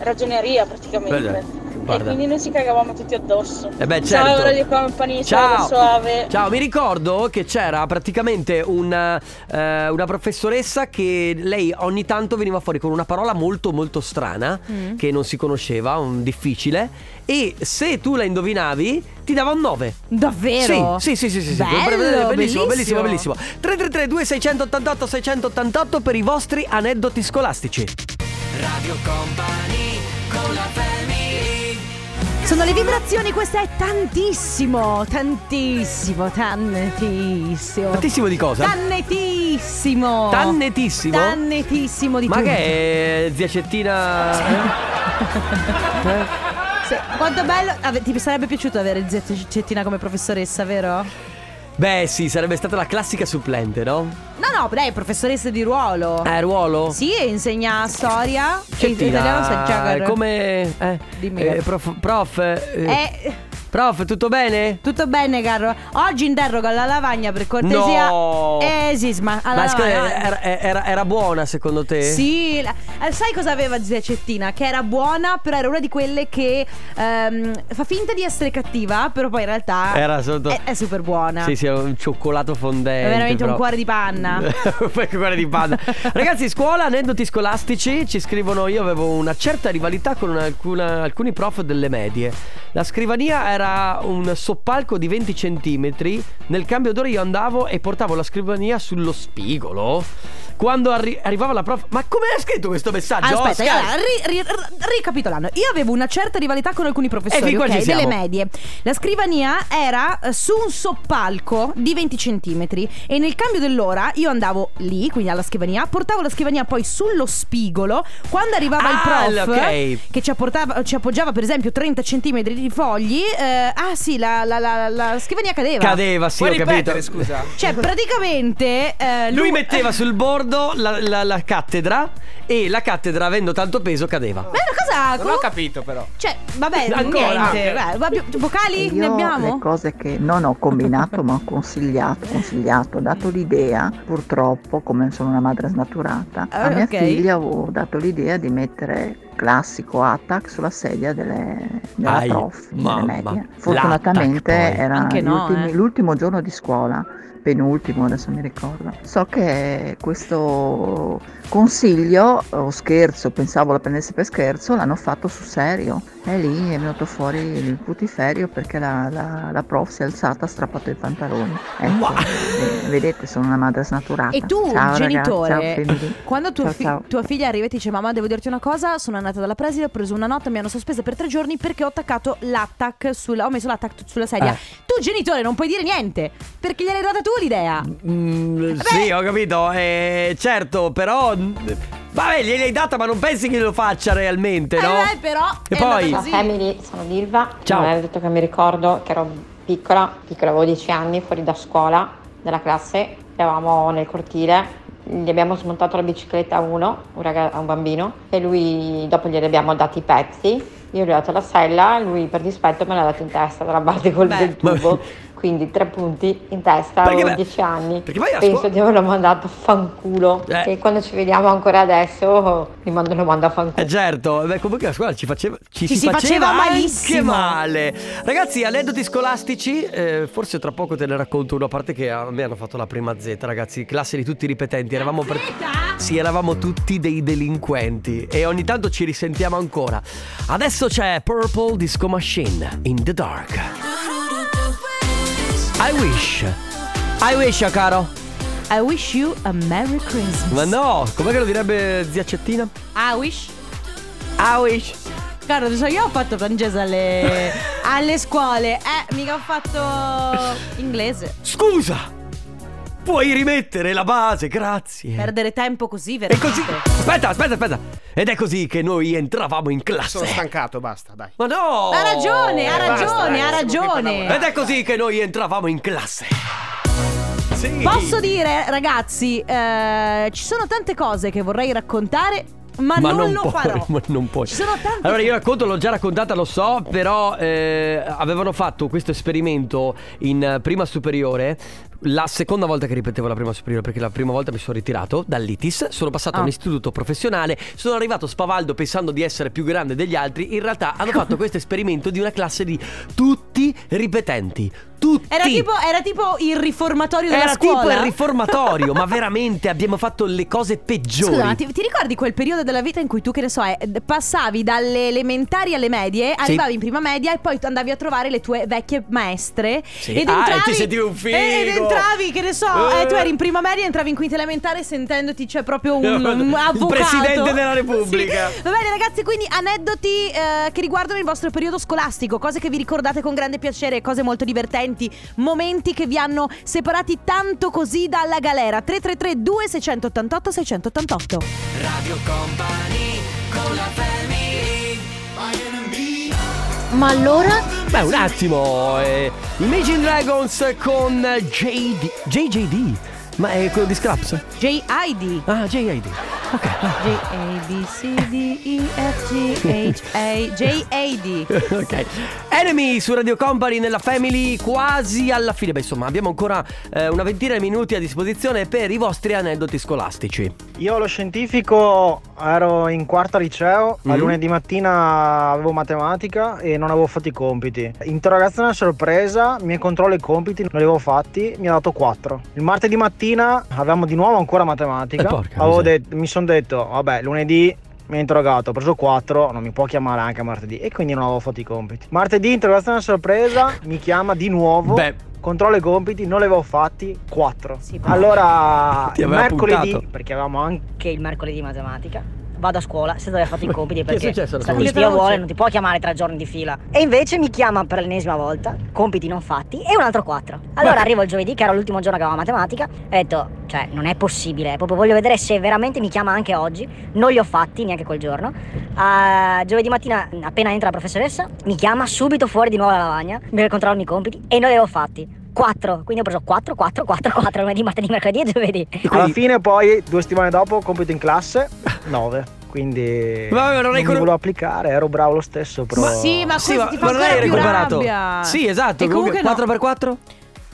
Speaker 13: ragioneria praticamente. e
Speaker 3: guarda.
Speaker 13: quindi noi ci cagavamo tutti addosso.
Speaker 3: Eh beh,
Speaker 13: Ciao
Speaker 3: certo.
Speaker 13: Radio Company, ciao,
Speaker 3: Ciao.
Speaker 13: adesso Ave.
Speaker 3: Ciao, mi ricordo che c'era praticamente una, eh, una professoressa che lei ogni tanto veniva fuori con una parola molto molto strana
Speaker 1: Mm.
Speaker 3: che non si conosceva, un difficile, e se tu la indovinavi ti dava un 9.
Speaker 1: Davvero?
Speaker 3: Sì, sì, sì, sì, sì, sì.
Speaker 1: Bello,
Speaker 3: bellissimo, bellissimo,
Speaker 1: bellissimo.
Speaker 3: bellissimo. 333 2688 688 per i vostri aneddoti scolastici.
Speaker 13: Oh.
Speaker 4: Radio Company con la family
Speaker 1: Sono le vibrazioni, questa è tantissimo, tantissimo, tantissimo.
Speaker 3: Tantissimo di cosa?
Speaker 1: Tannetissimo.
Speaker 3: Tannetissimo?
Speaker 1: Tannetissimo di
Speaker 3: Ma
Speaker 1: tutto.
Speaker 3: che è zia Cettina?
Speaker 1: Se- quanto bello. Ave- ti sarebbe piaciuto avere Zia Cettina come professoressa, vero?
Speaker 3: Beh, sì, sarebbe stata la classica supplente, no?
Speaker 1: No, no, lei è professoressa di ruolo.
Speaker 3: Eh, ruolo?
Speaker 1: Oh. Sì, e insegna storia. e italiano
Speaker 3: Cettina,
Speaker 1: sai
Speaker 3: eh, come... Eh,
Speaker 1: Dimmi.
Speaker 3: eh, prof, prof, eh,
Speaker 1: Eh,
Speaker 3: prof, tutto bene?
Speaker 1: tutto bene, caro. Oggi interrogo alla lavagna per cortesia.
Speaker 3: No.
Speaker 1: Eh, sì, ma alla
Speaker 3: Ma scusa,
Speaker 1: lavagna.
Speaker 3: era, era- era buona secondo te?
Speaker 1: Sì, la- eh, sai cosa aveva zia Cettina? Che era buona, però era una di quelle che ehm, fa finta di essere cattiva, però poi in realtà
Speaker 3: Era sotto-
Speaker 1: è, è super buona.
Speaker 3: Sì, sì, era un cioccolato
Speaker 1: È
Speaker 3: fondente.
Speaker 1: veramente un
Speaker 3: però.
Speaker 1: cuore
Speaker 3: (laughs)
Speaker 1: di panna.
Speaker 3: Poi che cuore
Speaker 8: (laughs)
Speaker 3: di
Speaker 1: (laughs)
Speaker 3: panna. Ragazzi, scuola, aneddoti scolastici. Ci scrivono: Io avevo una certa rivalità con alcuna- alcuni prof delle medie. La scrivania era un soppalco di 20 centimetri. Nel cambio d'ora io andavo e portavo la scrivania sullo spigolo. Quando arri- arrivava la prof. Ma come era scritto questo messaggio?
Speaker 1: Aspetta,
Speaker 3: Ah, Oscar?
Speaker 1: allora, ri- ri- r- ricapitolando, io avevo una certa rivalità con alcuni
Speaker 3: E
Speaker 1: professori
Speaker 3: fin qua ci
Speaker 1: ok,
Speaker 3: siamo.
Speaker 1: delle medie. La scrivania era eh, su un soppalco di 20 centimetri e nel cambio dell'ora io andavo lì, quindi alla scrivania, portavo la scrivania poi sullo spigolo. Quando arrivava
Speaker 3: Ah,
Speaker 1: il prof
Speaker 3: ok.
Speaker 1: che ci, apportava- ci appoggiava per esempio 30 centimetri di fogli, eh, ah sì, la, la- la- la scrivania cadeva.
Speaker 3: Cadeva, sì,
Speaker 8: Puoi
Speaker 3: ho capito.
Speaker 8: ripetere, scusa?
Speaker 1: Cioè praticamente eh,
Speaker 3: Lui metteva sul bordo la, la- la cattedra e la cattedra, avendo tanto peso, cadeva.
Speaker 1: Ma è una cosa...
Speaker 8: Non ho
Speaker 1: comunque-
Speaker 8: capito però.
Speaker 1: Cioè, vabbè,
Speaker 3: Ancora?
Speaker 1: niente. Beh, va- vocali ne abbiamo?
Speaker 14: cose che non ho combinato ma ho consigliato, consigliato, ho dato l'idea, purtroppo come sono una madre snaturata, a
Speaker 1: Ah,
Speaker 14: mia
Speaker 1: ok.
Speaker 14: figlia ho dato l'idea di mettere classico attack sulla sedia delle, della
Speaker 15: Ai,
Speaker 14: prof, delle
Speaker 15: mamma.
Speaker 14: medie.
Speaker 15: L'attack,
Speaker 14: Fortunatamente
Speaker 15: poi.
Speaker 14: era
Speaker 15: Anche
Speaker 14: gli
Speaker 15: no,
Speaker 14: ultimi-
Speaker 15: eh.
Speaker 14: l'ultimo giorno di scuola, penultimo adesso mi ricordo. So che questo consiglio o scherzo, pensavo la prendesse per scherzo, l'hanno fatto sul serio. E lì è venuto fuori il putiferio perché la, la- la prof si è alzata e ha strappato i pantaloni. Ecco, eh, vedete, sono una madre snaturata.
Speaker 1: E tu,
Speaker 14: Ciao, ragazzi,
Speaker 1: genitore,
Speaker 14: ciao, family.
Speaker 1: quando tua,
Speaker 14: Ciao,
Speaker 1: fi-
Speaker 14: ciao.
Speaker 1: tua figlia arriva e ti dice mamma devo dirti una cosa, sono andata dalla preside, ho preso una nota, mi hanno sospesa per tre giorni perché ho attaccato l'attack sulla, ho messo l'attack sulla sedia.
Speaker 3: Eh.
Speaker 1: Tu genitore non puoi dire niente perché gliel'hai data tu l'idea.
Speaker 3: Mm, sì, ho capito, eh, certo, però. Vabbè, gliel'hai data, ma non pensi che lo faccia realmente, no?
Speaker 1: Eh, beh, però
Speaker 3: E
Speaker 1: è
Speaker 3: poi-
Speaker 1: andata
Speaker 16: Ciao
Speaker 1: così.
Speaker 16: family, sono Dilva.
Speaker 3: Ciao.
Speaker 16: Non è detto che mi ricordo che ero piccola, piccola, avevo 10 anni, fuori da scuola, nella classe, eravamo nel cortile, gli abbiamo smontato la bicicletta a uno, un raga- a un bambino, e lui, dopo gliene abbiamo dati i pezzi, io gli ho dato la sella, lui per dispetto me l'ha dato in testa dalla parte col del tubo, quindi tre punti in testa,
Speaker 6: Perché
Speaker 16: avevo
Speaker 6: beh,
Speaker 16: 10 anni,
Speaker 6: perché vai a
Speaker 16: penso
Speaker 6: scuola-
Speaker 16: di averlo mandato a fanculo,
Speaker 3: Eh.
Speaker 16: che quando ci vediamo ancora adesso mi mando- lo mando a fanculo.
Speaker 3: Eh, certo, beh, comunque la scuola ci faceva, ci
Speaker 16: Ci
Speaker 3: si,
Speaker 16: si faceva
Speaker 3: anche
Speaker 16: malissimo.
Speaker 3: male. Ragazzi, aneddoti scolastici, eh, forse tra poco te ne racconto una a parte che ah, a me hanno fatto la prima Z, ragazzi, classe di tutti i ripetenti, eravamo per- Sì, eravamo tutti dei delinquenti e ogni tanto ci risentiamo ancora. Adesso c'è Purple Disco Machine in the dark. I wish. I wish, caro.
Speaker 1: I wish you a Merry Christmas.
Speaker 3: Ma no, com'è che lo direbbe zia Cettina?
Speaker 1: I wish.
Speaker 3: I wish.
Speaker 1: Caro, lo so, io ho fatto francese (laughs) alle, alle scuole. Eh, mica ho fatto inglese.
Speaker 3: Scusa! Puoi rimettere la base, grazie.
Speaker 1: Perdere tempo così, veramente. E così.
Speaker 3: Aspetta, aspetta, aspetta. Ed è così che noi entravamo in classe.
Speaker 8: Sono stancato, basta, dai.
Speaker 3: Ma no!
Speaker 1: Ha ragione, ha
Speaker 8: Eh, basta,
Speaker 1: ragione,
Speaker 8: dai,
Speaker 1: ha
Speaker 8: siamo qui per
Speaker 1: ragione.
Speaker 3: Ed è così che noi entravamo in classe. Sì.
Speaker 1: Posso dire, ragazzi, eh, ci sono tante cose che vorrei raccontare. ma,
Speaker 3: Ma
Speaker 1: non,
Speaker 3: non,
Speaker 1: lo
Speaker 3: puoi,
Speaker 1: farò.
Speaker 3: (laughs) ma non puoi.
Speaker 1: Ci sono tante
Speaker 3: Allora, io racconto, l'ho già raccontata, lo so, però eh, avevano fatto questo esperimento in eh, prima superiore. La seconda volta che ripetevo la prima superiore, perché la prima volta mi sono ritirato dall'ITIS, sono passato a
Speaker 1: Ah.
Speaker 3: un istituto professionale, sono arrivato spavaldo pensando di essere più grande degli altri, in realtà hanno fatto
Speaker 1: (laughs)
Speaker 3: questo esperimento di una classe di tutti ripetenti. Tutti.
Speaker 1: Era tipo, era tipo il riformatorio della
Speaker 3: Era
Speaker 1: scuola.
Speaker 3: tipo il riformatorio,
Speaker 1: (laughs)
Speaker 3: ma veramente abbiamo fatto le cose peggiori.
Speaker 1: Scusa, ma ti, ti ricordi quel periodo della vita in cui tu, che ne so, eh, d- passavi dalle elementari alle medie, arrivavi in prima media e poi tu andavi a trovare le tue vecchie maestre.
Speaker 3: Sì.
Speaker 1: Ed
Speaker 3: Ah, e
Speaker 1: entravi,
Speaker 3: ti sentivi un figo.
Speaker 1: Ed entravi, che ne so,
Speaker 3: Eh.
Speaker 1: eh, tu eri in prima media, entravi in quinta elementare sentendoti, cioè
Speaker 3: (laughs)
Speaker 1: proprio un,
Speaker 3: Il
Speaker 1: un avvocato.
Speaker 3: presidente
Speaker 1: (laughs)
Speaker 3: della Repubblica.
Speaker 1: Sì. Va bene, ragazzi, quindi aneddoti eh, che riguardano il vostro periodo scolastico, cose che vi ricordate con grande piacere, cose molto divertenti, momenti che vi hanno separati tanto così dalla galera. 333 2688 688.
Speaker 4: Radio Company con la family. My enemy.
Speaker 3: Ma allora? Beh, un attimo. eh, Imagine Dragons con JD. JJD. Ma è quello di Scraps?
Speaker 1: J-I-D.
Speaker 3: Ah, JID. Ok. (laughs)
Speaker 1: J-A-B-C-D-E-F-G-H-A-J-A-D.
Speaker 3: Ok, Enemy su Radio Company nella Family quasi alla fine. Beh, insomma, abbiamo ancora eh, una ventina di minuti a disposizione per i vostri aneddoti scolastici.
Speaker 15: Io lo scientifico Ecco, ero in quarta liceo, a
Speaker 3: Mm.
Speaker 15: lunedì mattina avevo matematica e non avevo fatto i compiti. Interrogazione a sorpresa, mi controllo i compiti, non li avevo fatti, mi ha dato 4. Il martedì mattina avevamo di nuovo ancora
Speaker 3: Eh,
Speaker 15: matematica.
Speaker 3: porca
Speaker 15: Avevo
Speaker 3: miseria.
Speaker 15: detto- mi sono detto, vabbè, lunedì mi ha interrogato, ho preso 4, non mi può chiamare anche martedì e quindi non avevo fatto i compiti. Martedì interrogazione a sorpresa, mi chiama di nuovo.
Speaker 3: Beh.
Speaker 15: Controllo i compiti, non li avevo fatti, 4.
Speaker 6: però-
Speaker 15: allora,
Speaker 3: Ti
Speaker 15: il
Speaker 3: aveva
Speaker 15: ah, mercoledì,
Speaker 3: puntato.
Speaker 15: perché avevamo anche
Speaker 6: Che il mercoledì matematica. Vado a scuola senza aver fatto i
Speaker 3: (laughs)
Speaker 6: compiti
Speaker 3: Che è
Speaker 6: perché
Speaker 3: successo alla
Speaker 6: la
Speaker 3: scuola?
Speaker 6: polizia vuole, non ti può chiamare tre giorni di fila. E invece mi chiama per l'ennesima volta, compiti non fatti e un altro quattro. Allora
Speaker 17: Ma-
Speaker 6: arrivo il giovedì, che era l'ultimo giorno che avevo matematica, e ho detto, cioè, non è possibile, proprio voglio vedere se veramente mi chiama anche oggi. Non li ho fatti neanche quel giorno. Ah, giovedì mattina, appena entra la professoressa, mi chiama subito fuori di nuovo la lavagna per controllarmi i compiti e non li avevo fatti. 4, quindi ho preso 4, 4, 4, 4 lunedì, martedì, mercoledì e giovedì.
Speaker 15: Alla fine poi, due settimane dopo, compito
Speaker 3: (laughs)
Speaker 15: in classe, 9. Quindi
Speaker 3: Vabbè, non Ah,
Speaker 15: non
Speaker 3: hai
Speaker 15: mi
Speaker 3: col-
Speaker 15: volevo applicare, ero bravo lo stesso, però...
Speaker 1: Sì, ma questo ti fa
Speaker 3: ma non
Speaker 1: ancora
Speaker 3: hai
Speaker 1: più
Speaker 3: recuperato.
Speaker 1: rabbia.
Speaker 3: Sì, esatto.
Speaker 1: E comunque no.
Speaker 3: 4x4?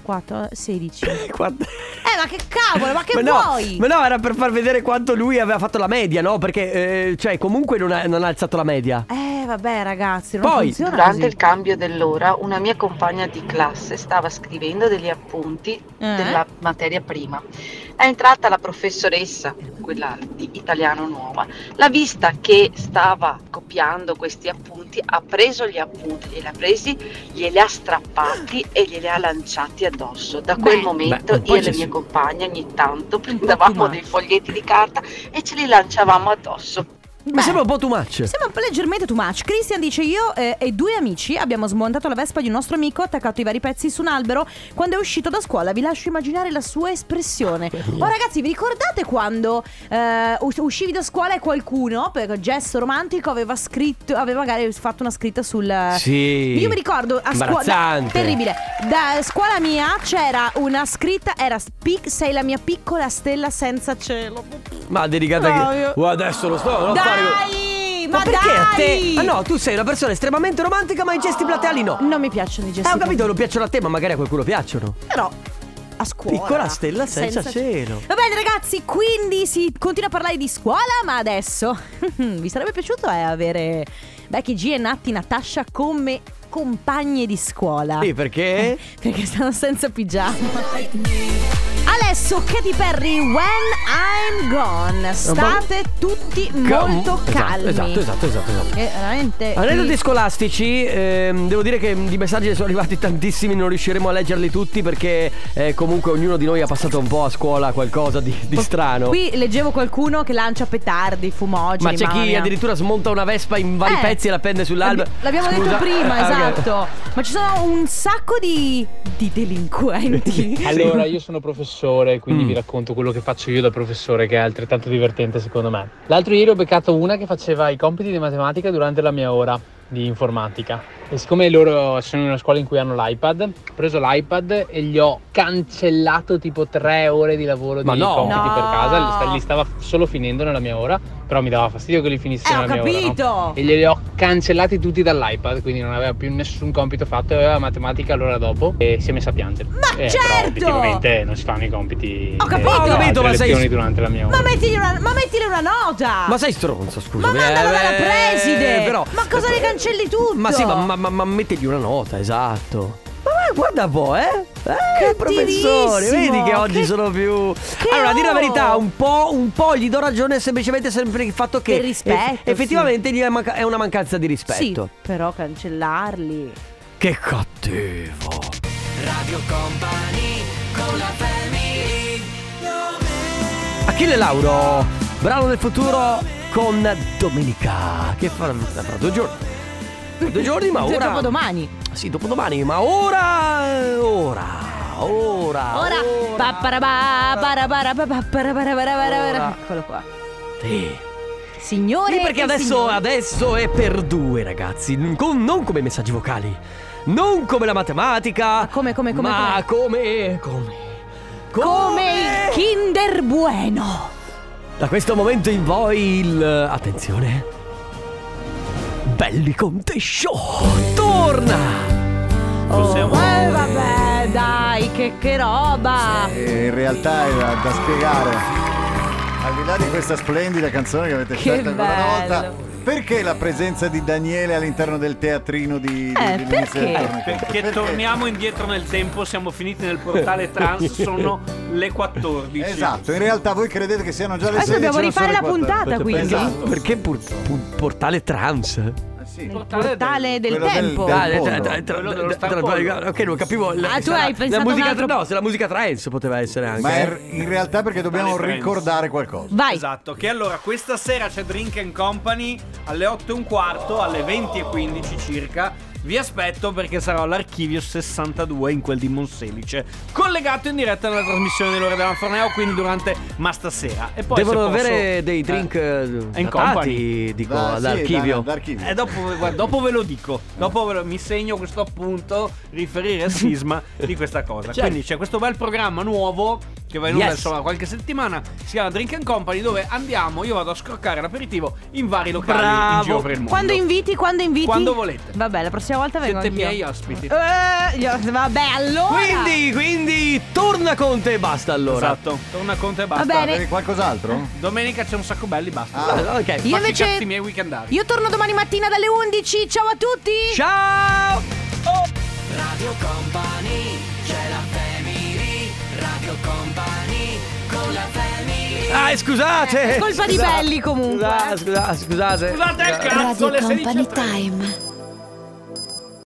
Speaker 1: 4, 16.
Speaker 3: Quattro-
Speaker 1: Eh, ma che cavolo, ma (laughs) che
Speaker 3: ma no,
Speaker 1: vuoi?
Speaker 3: ma no, era per far vedere quanto lui aveva fatto la media, no? Perché, eh, cioè, comunque non ha, non ha alzato la media.
Speaker 1: Eh, vabbè, ragazzi, non
Speaker 3: Poi-
Speaker 1: funziona
Speaker 18: Durante
Speaker 1: così.
Speaker 18: il cambio dell'ora, una mia compagna di classe stava scrivendo degli appunti
Speaker 1: Eh?
Speaker 18: della materia prima. È entrata la professoressa, quella di italiano nuova, l'ha vista che stava copiando questi appunti, ha preso gli appunti, glieli ha presi, glieli ha strappati e glieli ha lanciati addosso. Da quel momento
Speaker 5: Beh, poi
Speaker 18: io e
Speaker 5: ci
Speaker 18: le
Speaker 5: si-
Speaker 18: mie compagne ogni tanto prendevamo dei foglietti di carta e ce li lanciavamo addosso.
Speaker 3: Ma sembra un po' too much.
Speaker 1: Sembra un po' leggermente too much. Christian dice: Io eh, e due amici abbiamo smontato la vespa di un nostro amico, attaccato i vari pezzi su un albero. Quando è uscito da scuola, vi lascio immaginare la sua
Speaker 3: (laughs)
Speaker 1: espressione. Oh, ragazzi, vi ricordate quando eh, us- uscivi da scuola e qualcuno, per gesto romantico, aveva scritto, aveva magari fatto una scritta sul.
Speaker 3: Sì.
Speaker 1: Io mi ricordo a scuola.
Speaker 3: Imbarazzante.
Speaker 1: Terribile. Da scuola mia c'era una scritta: era "Pic- Sei la mia piccola stella senza cielo.
Speaker 3: Ma dedicata a chi?
Speaker 1: Dai.
Speaker 3: Oh, adesso lo sto. non
Speaker 1: Dai,
Speaker 3: fare-
Speaker 1: ma
Speaker 3: perché a te?
Speaker 1: dai!
Speaker 3: Ma no, tu sei una persona estremamente romantica, ma i gesti plateali no.
Speaker 1: Non mi piacciono i
Speaker 3: Eh,
Speaker 1: gesti.
Speaker 3: ho capito, non piacciono a te, ma magari a qualcuno piacciono.
Speaker 1: Però a scuola.
Speaker 3: Piccola stella senza cielo.
Speaker 1: Va bene ragazzi, quindi si continua a parlare di scuola, ma adesso (laughs) vi sarebbe piaciuto eh, avere Becky G e Natti Natasha come compagne di scuola.
Speaker 3: Sì, perché?
Speaker 1: (laughs) Perché stanno senza pigiama. Adesso Katy Perry, When I'm Gone. State tutti molto
Speaker 3: Esatto,
Speaker 1: calmi.
Speaker 3: Esatto, esatto, esatto, esatto.
Speaker 1: Che veramente
Speaker 3: Aneddoti scolastici, ehm, devo dire che di messaggi ne sono arrivati tantissimi, non riusciremo a leggerli tutti perché eh, comunque ognuno di noi ha passato un po' a scuola qualcosa di, di strano.
Speaker 1: Qui leggevo qualcuno che lancia petardi, fumogeni.
Speaker 3: Ma c'è
Speaker 1: mamma
Speaker 3: chi
Speaker 1: mia.
Speaker 3: addirittura smonta una vespa in vari
Speaker 1: Eh.
Speaker 3: pezzi e la pende sull'albero.
Speaker 1: L'abbiamo
Speaker 3: Scusa.
Speaker 1: detto
Speaker 3: (laughs)
Speaker 1: prima,
Speaker 3: Ah, ok.
Speaker 1: esatto. Ma ci sono un sacco di,
Speaker 3: (laughs)
Speaker 1: di delinquenti.
Speaker 3: Eh,
Speaker 19: Allora, io sono professore,
Speaker 3: Mm.
Speaker 19: quindi vi racconto quello che faccio io da professore, che è altrettanto divertente secondo me. L'altro ieri ho beccato una che faceva i compiti di matematica durante la mia ora. di informatica. E siccome loro sono in una scuola in cui hanno l'iPad, ho preso l'iPad e gli ho cancellato tipo tre ore di lavoro
Speaker 3: Ma
Speaker 19: di
Speaker 3: no.
Speaker 19: compiti
Speaker 3: No.
Speaker 19: per casa, li, sta- li stava solo finendo nella mia ora, però mi dava fastidio che li finissero
Speaker 1: Eh, ho
Speaker 19: nella mia
Speaker 1: capito.
Speaker 19: ora. no? E glieli ho cancellati tutti dall'iPad, quindi non aveva più nessun compito fatto, aveva matematica l'ora dopo e si è messa a piangere. Ma
Speaker 1: certo!
Speaker 19: Però obiettivamente non si fanno i compiti.
Speaker 1: Ho capito. Ho
Speaker 3: capito, ma
Speaker 19: ma
Speaker 3: sei-
Speaker 19: durante la mia ora.
Speaker 1: Ma mettile una, ma mettile una nota!
Speaker 3: Ma sei stronzo, scusa.
Speaker 1: Ma mandalo dalla preside!
Speaker 3: eh, però,
Speaker 1: Ma cosa ne cancelli tutto?
Speaker 3: Ma sì, ma, ma, ma- ma mettegli una nota, esatto. Ma guarda- guarda un po', eh? Eh, professori, vedi che oggi sono più. allora, a dire la verità, un po', un po' gli do ragione semplicemente sempre il fatto che.
Speaker 1: Per rispetto,
Speaker 3: eff- effettivamente gli è, manca- è una mancanza di
Speaker 1: Sì,
Speaker 3: rispetto.
Speaker 1: però cancellarli.
Speaker 3: Che cattivo.
Speaker 4: Radio Company con la family.
Speaker 3: Achille Lauro, brano del futuro con Domenica. Che farà fra due giorni. Fra due giorni, ma
Speaker 1: Cioè,
Speaker 3: Ah, ora.
Speaker 1: proprio domani.
Speaker 3: Sì, dopodomani, ma ora. Ora. Ah, Ora.
Speaker 1: Ora. papparabà, parabarabà, papparabarabarabara.
Speaker 3: Ora.
Speaker 1: Eccolo qua.
Speaker 3: Sì.
Speaker 1: Signore
Speaker 3: Sì, perché
Speaker 1: e
Speaker 3: adesso,
Speaker 1: signori.
Speaker 3: adesso è per due, ragazzi. N- con- non come messaggi vocali, non come la matematica. Ma come, come,
Speaker 1: come,
Speaker 3: Ma come, come.
Speaker 1: Come il Kinder Bueno.
Speaker 3: Da questo momento in poi il. Attenzione. Belli Conte Show torna!
Speaker 1: Oh, eh, vabbè, dai, che, che roba.
Speaker 17: E in realtà era da spiegare. Al di là di questa splendida canzone che avete
Speaker 1: Che
Speaker 17: scelto quella
Speaker 1: bello.
Speaker 17: volta, perché la presenza di Daniele all'interno del teatrino di, di,
Speaker 1: Eh,
Speaker 17: dell'inizio del
Speaker 1: perché?
Speaker 17: torneo?
Speaker 5: Perché torniamo indietro nel tempo, siamo finiti nel
Speaker 19: (laughs)
Speaker 5: portale trans, sono le 14.
Speaker 17: Esatto, in realtà voi credete che siano già le
Speaker 5: Adesso
Speaker 17: 16
Speaker 5: dobbiamo
Speaker 17: ma sono
Speaker 5: rifare
Speaker 17: le
Speaker 5: la
Speaker 17: 14.
Speaker 5: puntata, quindi.
Speaker 17: Esatto.
Speaker 3: Perché pur- pu- portale trans?
Speaker 17: Sì.
Speaker 1: Il portale del,
Speaker 3: Quello del-
Speaker 1: tempo.
Speaker 3: Ah, tra- tra-
Speaker 17: porno.
Speaker 3: tra-
Speaker 17: Quello dello
Speaker 3: tra- tra-
Speaker 17: stampone.
Speaker 3: ok, non capivo. la-
Speaker 1: Ah, tu
Speaker 3: la-
Speaker 1: hai pensato
Speaker 3: la musica,
Speaker 1: un altro-
Speaker 3: No, se la musica trance poteva essere anche.
Speaker 17: Ma
Speaker 3: eh.
Speaker 17: in- in realtà perché dobbiamo
Speaker 5: Dale, friends.
Speaker 17: ricordare qualcosa.
Speaker 1: Vai.
Speaker 5: Esatto, che allora questa sera c'è Drink and Company alle 8 e un quarto, alle 20 e 15 circa. Vi aspetto perché sarò all'archivio 62 in quel di Monselice, collegato in diretta nella trasmissione dell'ora della Forneo, quindi durante ma stasera. E poi
Speaker 3: Devono
Speaker 5: se posso-
Speaker 3: avere dei drink
Speaker 5: Eh,
Speaker 3: eh, datati,
Speaker 5: in company.
Speaker 3: dico,
Speaker 17: Ah,
Speaker 3: all'archivio.
Speaker 5: Eh, dopo, guarda, dopo ve lo dico, dopo ve lo- mi segno questo appunto, riferire a Sisma di questa cosa.
Speaker 3: Certo.
Speaker 5: Quindi c'è questo bel programma nuovo che va in onda
Speaker 3: Yes.
Speaker 5: insomma qualche settimana, si chiama Drink and Company, dove andiamo, io vado a scroccare l'aperitivo in vari locali in giro per il mondo.
Speaker 1: Quando inviti, quando inviti.
Speaker 5: Quando volete.
Speaker 1: Vabbè, la prossima volta vengo
Speaker 5: Siete
Speaker 1: anch'io.
Speaker 5: miei ospiti.
Speaker 1: Eh, gli- vabbè, allora.
Speaker 3: Quindi, quindi, torna Conte e basta allora.
Speaker 5: Esatto, torna conto e basta.
Speaker 1: Va bene. Avevi
Speaker 17: qualcos'altro?
Speaker 5: Domenica c'è un sacco belli, basta.
Speaker 3: Ah, ok.
Speaker 5: Io
Speaker 1: Io
Speaker 5: invece...
Speaker 1: invece-
Speaker 5: cazzi miei weekendari.
Speaker 1: Io torno domani mattina dalle 11. Ciao a tutti.
Speaker 3: Ciao.
Speaker 4: Radio Company, c'è la family. Radio Company con la family.
Speaker 3: Ah, scusate.
Speaker 1: È colpa di
Speaker 3: Scusate.
Speaker 1: Belli comunque.
Speaker 3: Scusa- scusa- scusate.
Speaker 4: Scusate il
Speaker 12: Radio
Speaker 4: cazzo, le
Speaker 12: Company Time.